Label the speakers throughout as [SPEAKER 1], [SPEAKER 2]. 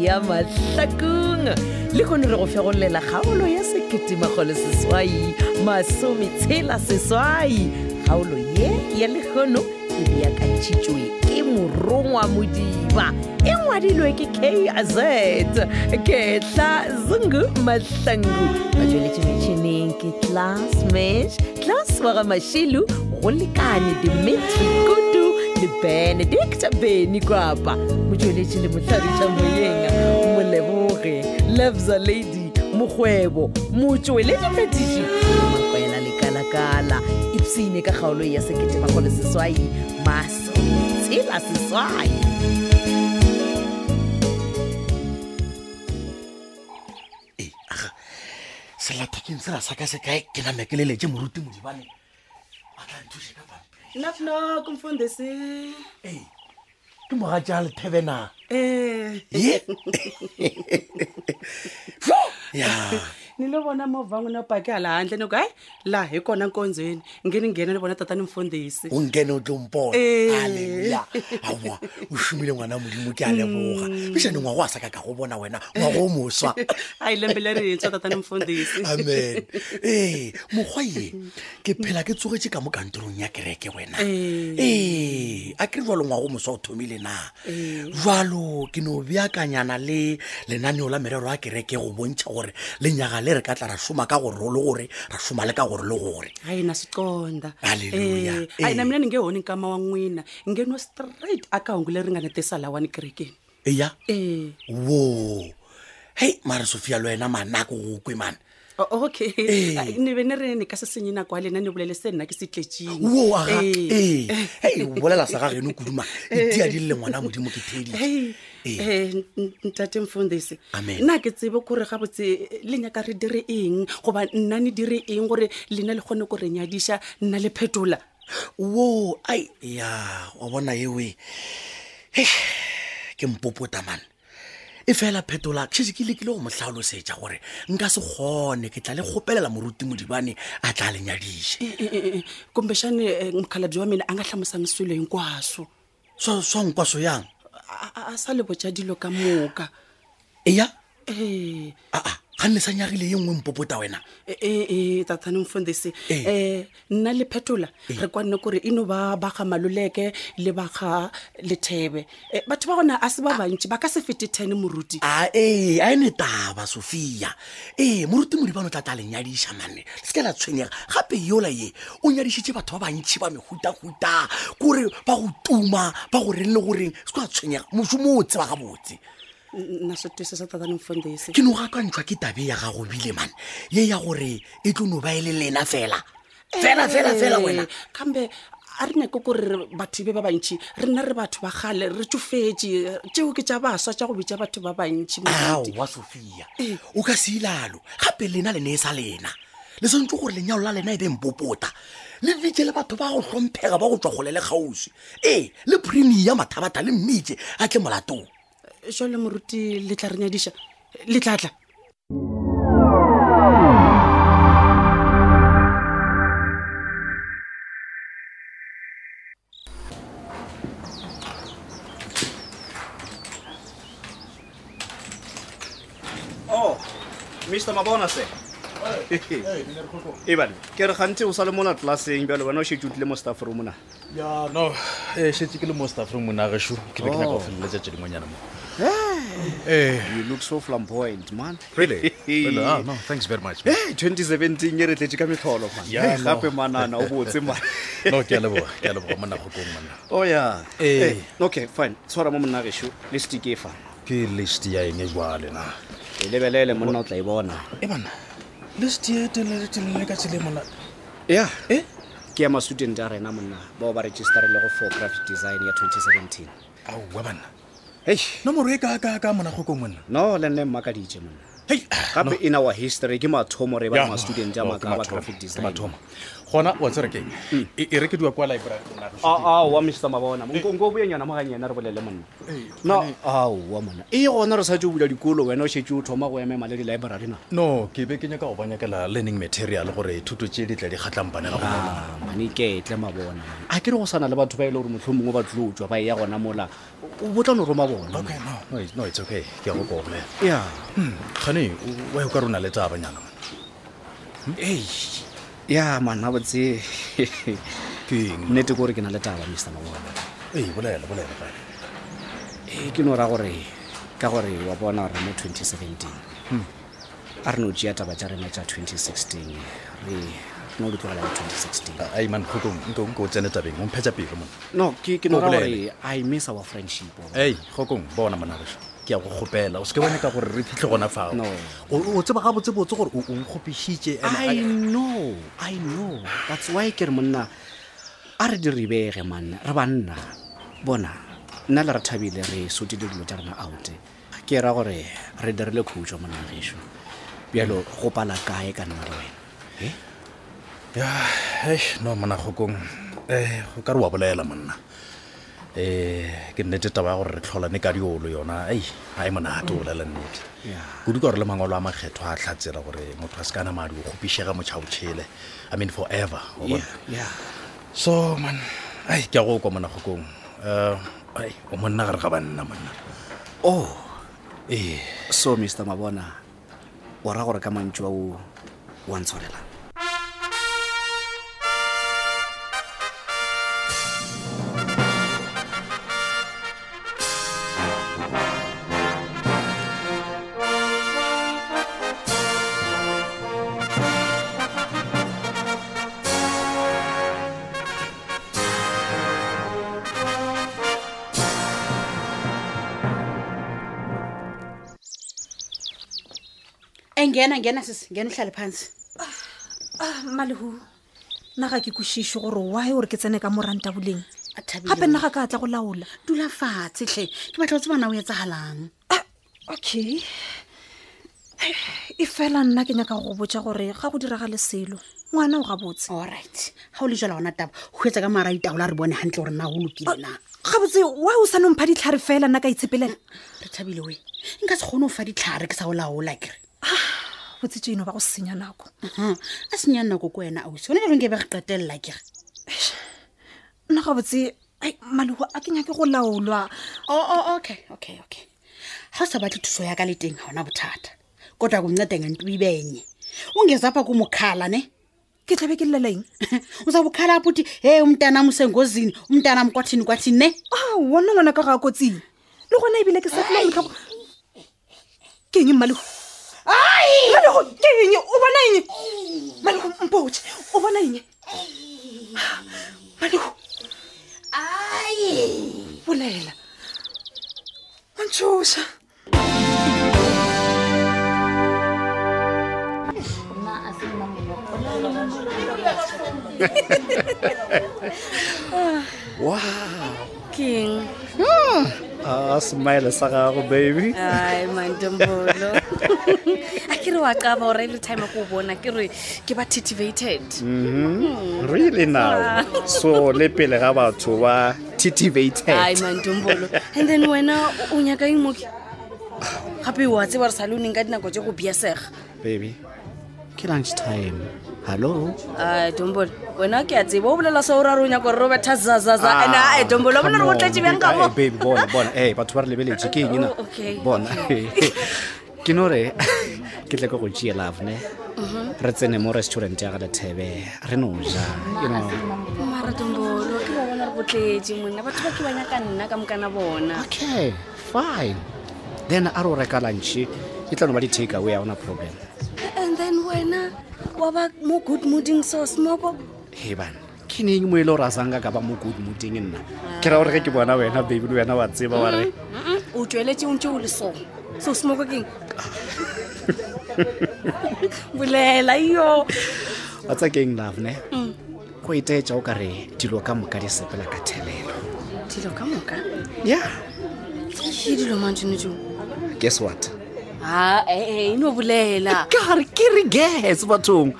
[SPEAKER 1] ya mahlakong le kgone re go fegolela kgaolo ya seketemagole seswai masometshela seswai kgaolo ye ya lekgono e beakantšhitšwe ke morongwa modiba e ngwadilwe ke kaz ketla zungu mahlangu ba tsweletše metšhineng ke tlas mesh tlas wa ga mašilu go lekane dimetri kudu le benedict beny kwapa motsweletši le motlhagisa moyeng moleboge lebza lady mokgwebo motsweletši phetiši makwela lekalakala ipsene ka kgaolo ya seketemagole seswai maso tshela seswai
[SPEAKER 2] ee aga sellathekeng se ra sa ka se kae ke name ke leletse moruti modibane a tla nthuse ka pampiri
[SPEAKER 3] Naknok mfundisi.
[SPEAKER 2] ee ke moga tja lethebena
[SPEAKER 3] Eh,
[SPEAKER 2] ye Fo! ya
[SPEAKER 3] ni lo vona movha n'wina wu pake hala handle ni ku hayi laha hi kona nkondzweni ngeni nghena ni vona tatani mfundhisi
[SPEAKER 2] o nkene o tlompona
[SPEAKER 3] Ee.
[SPEAKER 2] aleluya aowa o šomile ngwana modimo ke a leboga pešane ngwago a sa ka ka go bona wena ngwago o moswa
[SPEAKER 3] a hi lembe lerintshwa tatani mfundhisi
[SPEAKER 2] amen ee mokgwa ye ke phela ke tsogetse ka mo kantorong ya kereke wena
[SPEAKER 3] Ee.
[SPEAKER 2] ee a kere jalo ngwago moswa o thomile na jalo ke no beakanyana le lenaneo la merero ya kereke go bontšha gore lenyaga le re ka tla ra šoma ka gore ro le gore ra šoma le ka gore le gore
[SPEAKER 3] a hi na swi conda
[SPEAKER 2] Hallelujah.
[SPEAKER 3] a hi
[SPEAKER 2] Eh.
[SPEAKER 3] na mina ni nge honi nkama wa n'wina ngeniwa straight aka hungu leri nga ni tisa lawani kerekeni
[SPEAKER 2] eya
[SPEAKER 3] e
[SPEAKER 2] wo hei mare sofia le wena manako go kwe mane
[SPEAKER 3] okay
[SPEAKER 2] Eh.
[SPEAKER 3] Ai, ni ve ni ri ni ka sesenyi nako alena ni vulele se nna ke se tletšini
[SPEAKER 2] wo aga
[SPEAKER 3] Eh.
[SPEAKER 2] ee hei o bolela sa gageno kuduma ditia di le ngwana modimo ke theedie
[SPEAKER 3] Hey, eh, n- n- ntate mfundisi
[SPEAKER 2] Amen.
[SPEAKER 3] nna ha ke tsebe kore ga botse eh, le nyaka re dire eng goba nna ne dire eng gore lena le kgone gore nyadiša nna le phetola
[SPEAKER 2] wo ai ya wa bona ewe ke mpopota mane e fela phetola kšhese ke lekile go mo tlhalosetša gore nka se kgone ke tla le kgopelela moruti modibane a tla lenyadiše
[SPEAKER 3] Eh, eh, eh, eh, kumbexane eh, mukhalabye wa mina a nga hlamusanga swilo hinkwaswo
[SPEAKER 2] swa swa nkwaso yang
[SPEAKER 3] A- a a sa le botja dilo ka moka Eh,
[SPEAKER 2] eya
[SPEAKER 3] ee
[SPEAKER 2] aa ga nne sa nyagile ye nngwe mpopota wena
[SPEAKER 3] ee eh, tatane mfundisi
[SPEAKER 2] Eh.
[SPEAKER 3] um nna le phetola re kwanne kore e no ba baga maloleke le baga lethebe Eh, batho ba gona a se ba
[SPEAKER 2] Ah.
[SPEAKER 3] bantši ba ka se fete ten moruti
[SPEAKER 2] a ee a ene taba sophia ee moruti modibane o tla tla lenyadiša mane le se ke la tshwenyega gape yola ye o nyadišitše batho ba bantšhi ba mehutahuta kore ba go tuma ba go reng le goreng se ke la tshwenyega mosomo o tseba gabotse
[SPEAKER 3] na swi twisisa tatani mfundhisi
[SPEAKER 2] ke noga ka ntšhwa ke tabe ya gago bile mane ye ya gore e tlo no ba e le lena fela fela fela fela wena
[SPEAKER 3] Eh, kambe a ri nyake ku ri batho be ba bantšhi ri na ri batho ba gale re tsofetse tšeo ke tša baswa tša go bitša batho ba bantšhi moruti.
[SPEAKER 2] aowa sophia E. o ka se ilalo gape lena le ne e sa lena le swantse gore lenyalo la lena e be mpopota le bitse le batho ba go tlhomphega ba go tswa kgole le kgauswi ee le premi ya mathabata le mmitse a tle molatong
[SPEAKER 3] jalo moruti le tla re nyadiša le tlatla
[SPEAKER 4] Oh, Mr. Mabonase. e bane ke re gantse o sa le mona tlelaseng bjalo wena o shetse o tlile mo staff room na
[SPEAKER 5] ya no e šetse ke le mo staff room na gešo ke be ke nyaka go feleletša tše dingwenyana mo Eh,
[SPEAKER 4] you look so flamboyant man
[SPEAKER 5] really? Really? Ah, no, thanks very much.
[SPEAKER 4] Hey, 2017 e re tletse ka metlholo man.
[SPEAKER 5] Ya,
[SPEAKER 4] Hey,
[SPEAKER 5] no.
[SPEAKER 4] gape manana o botse man
[SPEAKER 5] no ke a leboga ke a leboga monna kgokong monna
[SPEAKER 4] o Oh, ya
[SPEAKER 5] Eh.
[SPEAKER 4] Hey, okay fine tshwara mo monna gešo le stike e fana
[SPEAKER 5] ke list ya eng e jwale na
[SPEAKER 4] e lebelele monna o tla e bona
[SPEAKER 5] e bana list ye e teleletelele ka tsele mona
[SPEAKER 4] ya
[SPEAKER 5] Eh?
[SPEAKER 4] ke ya ma-student a rena monna bao ba registerilego for graphic design ya 2017
[SPEAKER 5] aowa banna
[SPEAKER 4] hei
[SPEAKER 5] nomoro e ka ka ka mona kgokong monna
[SPEAKER 4] no le nne mmakaditše monna
[SPEAKER 2] Hei, no.
[SPEAKER 4] gape e na wa history ke mathomo re ba le
[SPEAKER 2] Ya,
[SPEAKER 4] ma-student a
[SPEAKER 2] no,
[SPEAKER 4] maka
[SPEAKER 2] ke mathomo,
[SPEAKER 4] ba Hmm. graphic
[SPEAKER 2] ke
[SPEAKER 4] design
[SPEAKER 2] mathomo. gona wa tsere keng e e rekediwa kwa library monna
[SPEAKER 4] Ah.
[SPEAKER 2] Rešo.
[SPEAKER 4] aowa mr mabona
[SPEAKER 2] Eh.
[SPEAKER 4] nko boenyana mo ganyena re bolele monna no aowa monna e gona re sa tse o bula dikolo wena o shetse o thoma go emema le di-library na
[SPEAKER 2] no ke be ke nyaka go ba nyakela learning material gore thuto tse di tla di kgatlhang banela go monna.
[SPEAKER 4] Ah, mane ketle mabona a ke re go sana le batho ba e le gore motlho mongwe ba tlilo tswa ba e ya gona mola o botla no roma bona
[SPEAKER 2] Okay, no, no, it's- no it's okay ke ya go kobolela
[SPEAKER 4] ya
[SPEAKER 2] gane wa o ka rona le tsa banyana monna.
[SPEAKER 4] ya manna botse
[SPEAKER 2] keng
[SPEAKER 4] nnete ke gore ke na le taba mr mabona
[SPEAKER 2] ee bolela bolela gane
[SPEAKER 4] e ke no ra gore ka gore wa bona gore mo 2017 a re no tšea taba tša rena tša 2016 re re no di tlogela ka 2016
[SPEAKER 2] ai man kgokong nko nko o tsene tabeng o mphetsa pelo mona
[SPEAKER 4] no ke ke no Eh, ra gore
[SPEAKER 2] Bolele.
[SPEAKER 4] i miss our friendship wa bona.
[SPEAKER 2] ei kgokong bona monagaso ke ya go kgopela o seke bone ka gore re fitlhe gona fao
[SPEAKER 4] No.
[SPEAKER 2] o o tseba ga botsebotse gore o nkgopišitše
[SPEAKER 4] i know i know that's why ke re monna a re di rebege manna re banna bona nna le re thabile re sotile dilo tša rena out ke ra gore re dirile khutso monagešo bjalo go pala kae ka nna le wena
[SPEAKER 2] no mona kgokong um go ka re wa bolela monna um ke nnete taba ya gore re tlholane ka diolo yona ei ga e monate o bolela nnete
[SPEAKER 4] Yeah.
[SPEAKER 2] kudu ka gore le mangwalo a makgetho a tlhatsela gore motho a se ka namadi o kgopišega motšhaotšhele i mean forever o bona
[SPEAKER 4] yeah
[SPEAKER 2] so man ai ke a go kwa mona kgokong um ai o monna gare ga banna monna
[SPEAKER 4] oh
[SPEAKER 2] ee
[SPEAKER 4] so mr mabona o ra gore ka mantsi ao wa ntsholela
[SPEAKER 6] e ngena ngena sese ngena uhlale phansi
[SPEAKER 7] mmalehu Ah, nna ga ke kwešiše gore wae gore ke tsene ka moranta boleng
[SPEAKER 6] a thabile
[SPEAKER 7] gape nna ga ka tla go laola
[SPEAKER 6] dula fatshe tlhe ke batla go tsebana o etsagalang
[SPEAKER 7] Ah, okay e fela nna ke nyaka go botsa gore ga go diragale selo ngwana o ga
[SPEAKER 6] Oh,
[SPEAKER 7] botse
[SPEAKER 6] allright ga o le jala ona taba go etsa ka mara itaola re bone gantle gore na go lokile na
[SPEAKER 7] Ah, ga botse wae o sa nompha ditlhare fela nna ka itshepelela
[SPEAKER 6] re thabile oe nka se kgone go fa ditlhare ke sa o laola kere
[SPEAKER 7] botse tse eno ba go senya nako
[SPEAKER 6] Aha, a senya nako ko wena ausi one lereng ke be re qetelela kere
[SPEAKER 7] nna ga botse ai malehu a ke nyake go laolwa
[SPEAKER 6] oo Oh, okay okay okay ga o sa batle thuso ya ka le teng ga ona bothata kodwa kuncedenga nto e ibenye ungezapha kumukhala ne
[SPEAKER 7] ke tlabe ke llelaeng
[SPEAKER 6] uza kukhala apho uthi heyi umntanam usengozini umntanam kwathini kwathini ne
[SPEAKER 7] a wona ngwana ka ga a kotsing le gona ebile ke sa fela motlhoko ke eng mmalego mmalego ke eng o bona eng mmalego mpoe o bona eng mmalego bolela o ntshosa
[SPEAKER 8] keng
[SPEAKER 4] a smile sa gago baby
[SPEAKER 8] ai mantembolo a ke re wa qaba gore every time a ko o bona ke re ke ba titivated
[SPEAKER 4] Mm-hmm.
[SPEAKER 8] Mm. Ah.
[SPEAKER 4] really now so le pele ga batho ba
[SPEAKER 8] ai
[SPEAKER 4] titivated
[SPEAKER 8] mantembolo and then wena o- o nyaka eng moke gape wa tseba re sale o neng ka dinako tse go biasega
[SPEAKER 4] baby ke lunch time hallo
[SPEAKER 8] ai dombolo wena ke a tseba o bolela sa o rare o nyaka gore re o betha zazaza and ae dombolo bona re go tletse bjang ka mo
[SPEAKER 4] Ah, baby bona bona e batho ba re lebeletse ke eng na
[SPEAKER 8] Oh, okay,
[SPEAKER 4] bona ke no re ke tle ke go tšea love ne
[SPEAKER 8] Mhm.
[SPEAKER 4] re tsene mo restaurant ya ga lethebe re no ja you know
[SPEAKER 8] mara dombolo ke ba bona re botletse monna batho ba ke ba nyaka nna ka mokana bona
[SPEAKER 4] okay fine then a re o reka lunch e tla no ba di-take away a ona problem
[SPEAKER 8] and then wena wa ba mo good mooding so smoko
[SPEAKER 4] he bana ke neng mo e le gore a sanka ka ba mo good mooding nna ke ra gore ge ke bona wena baby le wena wa tseba wa re
[SPEAKER 8] o tsweletse o ntse o le so so smoko keng bolela yo Mm.
[SPEAKER 4] wa tsa keng love ne go etetša o ka re dilo ka moka di sepela ka thelelo
[SPEAKER 8] dilo ka moka
[SPEAKER 4] ya yeah.
[SPEAKER 8] ke dilo mantšhonetšong
[SPEAKER 4] guess what
[SPEAKER 6] a ee e no bolela
[SPEAKER 4] ka re ke re gas bathong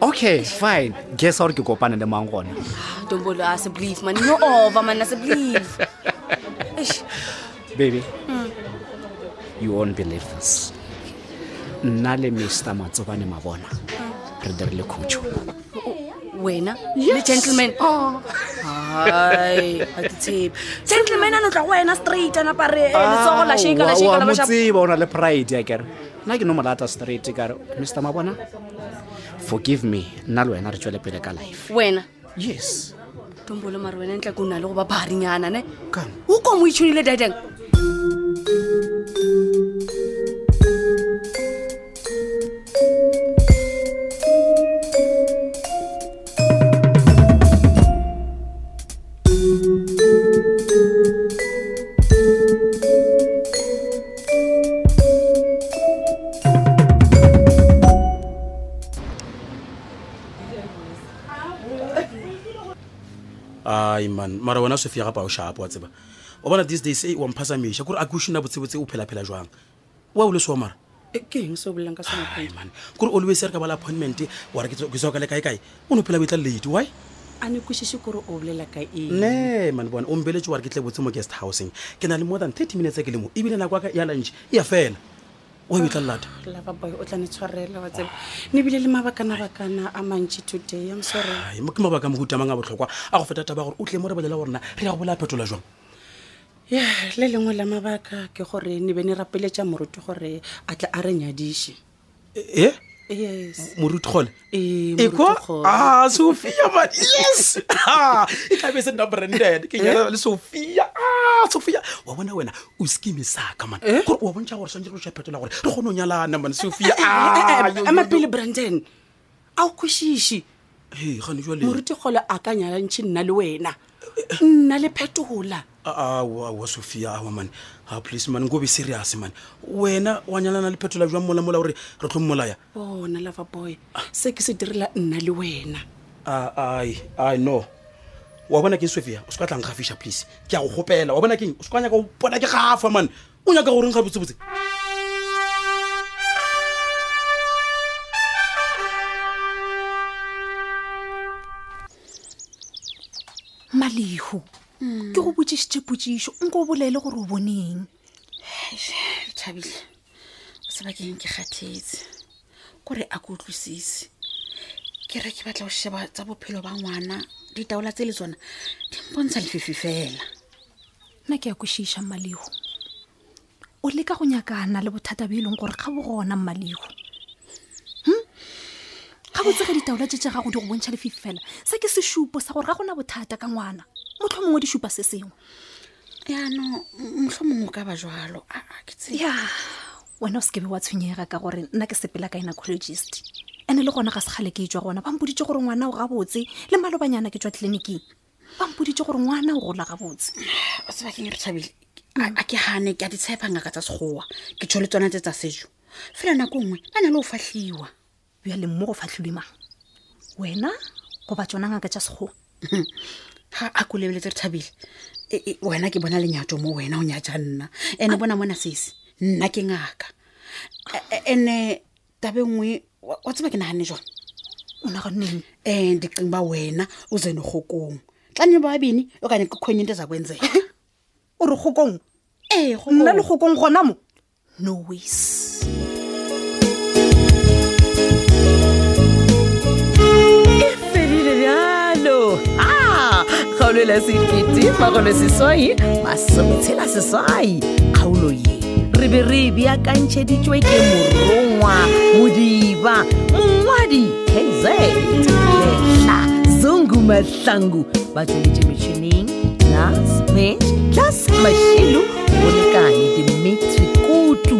[SPEAKER 4] okay fine gas gore ke kopane le mang gona
[SPEAKER 6] tombolo a se believe man e no over man a se believe Eish,
[SPEAKER 4] baby
[SPEAKER 6] Hmm.
[SPEAKER 4] you won't believe this nna le mr matsobane mabona
[SPEAKER 6] Hmm.
[SPEAKER 4] re dirile khutšho
[SPEAKER 6] wena le gentleman ai a ke tshepe gentleman a no tla go wena straight a napare Eh, letsogo la shaka la shaka la
[SPEAKER 4] mo
[SPEAKER 6] basha
[SPEAKER 4] tseba o na le pride ya kere nna ke no mo lata straight kare mr mabona forgive me nna le wena re tswele pele ka life
[SPEAKER 6] wena
[SPEAKER 4] yes
[SPEAKER 6] tombolo mare wena ntla ke o na le go ba pharinyana ne
[SPEAKER 4] Kang.
[SPEAKER 6] o ko mo itshonile dadeng
[SPEAKER 2] ai man mara wena sofia gapa o shapo wa tseba o bona these days e wa mphasa meša kore a ke o šina botsebotse o phelaphela jwang wa o le seo mara
[SPEAKER 3] Eh, ke eng se o bolelang ka
[SPEAKER 2] ai
[SPEAKER 3] sonaphane
[SPEAKER 2] man kore always re ka bala appointment wa re ke tswa- ke tswaka le kae kae o ne o phela o etla late why
[SPEAKER 3] a ne kwešiše kore o bolela ka eng
[SPEAKER 2] ne man bona o mbeletše wa re ke tle botse mo guest houseng ke na le more than thirty minutes a ke le mo ebile nako aka ya lunch e ya fela wa o etla lelata
[SPEAKER 3] lavaboy o tla ne tshwarela wa tseba ne bile le mabakanabakana a mantši today am sorry
[SPEAKER 2] ai mo- ke mabaka a mohutamang a botlhokwa a go feta taba ya gore o tle mo re bolela gorena re ya go bola phetola jwang
[SPEAKER 3] ya le lengwe la mabaka ke gore ne be ne rapeletša moruti gore a tla a re nyadiše
[SPEAKER 2] e
[SPEAKER 3] yes
[SPEAKER 2] moruti gole E
[SPEAKER 3] Ee, E, moruti
[SPEAKER 2] ekwa
[SPEAKER 3] kgole.
[SPEAKER 2] a sophia Ah, man yes Ah, e tlabe se nna branded ke nyala le sophia a sophia Ah, wa bona wena o skime saka man gore wa bontšha gore swanetse go shapetola gore re kgone o nyalana man
[SPEAKER 3] Eh,
[SPEAKER 2] sophia Ah, yo, yo, yo.
[SPEAKER 3] amapele brandon a o kwešiše
[SPEAKER 2] Hei, gane jwale
[SPEAKER 3] moruti kgole a ka nyalantšhe nna le wena nna le phetola
[SPEAKER 2] Ah, wa sophia awa man a please man nko be serious man wena wa nyalana le phetola jwang molamola gore re tlo mmolaya
[SPEAKER 3] bona lavaboy se ke se direla nna le wena
[SPEAKER 2] Ah, ai ai no wa bona keng sophia o se ka tlang gafiša please ke a go gopela wa bona keng o se ka nyaka o bona ke gafa man o nyaka goreng ga botsebotse
[SPEAKER 7] malego ke go botsišitše potsišo nko o bolele gore o boneng
[SPEAKER 6] thabile o sebakeng ke kgathetse kore a ke utlwisise ke re ke batla go sheba tsa bophelo ba ngwana ditaola tse le tsona di mpontsha lefifi fela
[SPEAKER 7] nna ke ya kwešiša mmalego o leka go nyakana le bothata bo e leng gore ga bo gona mmalego Hm? ga botse ge ditaola tse tse gago di go bontšha lefifi fela se ke sesupo sa gore ga gona bothata ka ngwana motlho mongwe di supa se sengwe
[SPEAKER 6] yaanong motlho mongwe o ka ba jalo aa ke tsebe
[SPEAKER 7] ya wena o sekebe wa tshwenyega ka gore nna ke sepela ka enacologist ande le gona ga segale ke etswa gona ba mpoditse gore ngwana o gabotse le malobanyana ke tswa tleliniking ba mpoditse gore ngwana o gola gabotse
[SPEAKER 6] o sebakeng re thabile a a ke gane ke a di tshepa ngaka tsa segoa ke tsho le tsona tse tsa sejo fela nako nngwe ba na le go fatlhiwa
[SPEAKER 7] bjale mmo go fatlhilwe mang wena goba tsona ngaka tša sekgowa
[SPEAKER 6] ga a ko lebeletse re thabile E- e, wena ke bona lenyatso mo wena o nyatsa nna ande bona mona sese nna ke ngaka ande tabe nngwe wa wa tseba ke naganne jone
[SPEAKER 7] o nagoneng
[SPEAKER 6] um ndicinga uba wena uzenirhokong xa nibabini okanye kukhonye into eza kwenzeka
[SPEAKER 7] o re kgokong
[SPEAKER 6] ee
[SPEAKER 7] nna le kgokong gona mo no ways
[SPEAKER 1] e fedile bjalo a Ah, kgaolo la sekete magolo seswai masometshela seswai kgaolo ye re be re e beakantšheditšwe ke morongwa modiba mongwadi kz letla zungu mahlangu ba tsweletše metšhineng las mach tlas mašilo go lekane dimitri kutu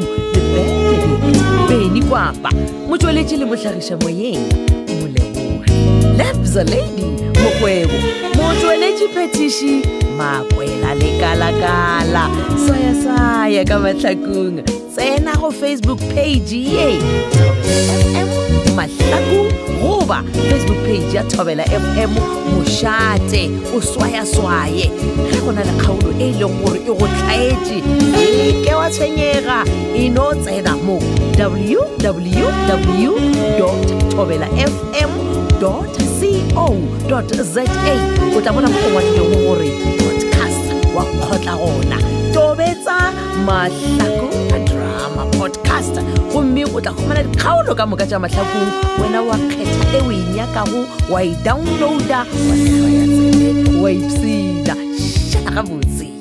[SPEAKER 1] le benedict beny kwapa motsweletše le mohlagiša moyeng moleboge lebza lady mokgwebo motsweletši phetiši makwela lekala-kala swaya-swaya ka matlhakong tsena go facebook page ye fm mahlaku goba facebook page ya thobela fm mošate o swayaswaye ge go na le kgaolo e e leng gore e go tlhaetse leke wa tshwenyega e no tsena mo www thobela fm co za o tla bona mo go ngwadilego gore podcast wa kgotla gona tobetsa mahlaku a drama podcast gomme o tla kgomana dikgaolo ka moka tša mahlakong wena wa kgetha e o e nyakago wa e downloada wa tlhaya tsebe wa ipsina šala gabotse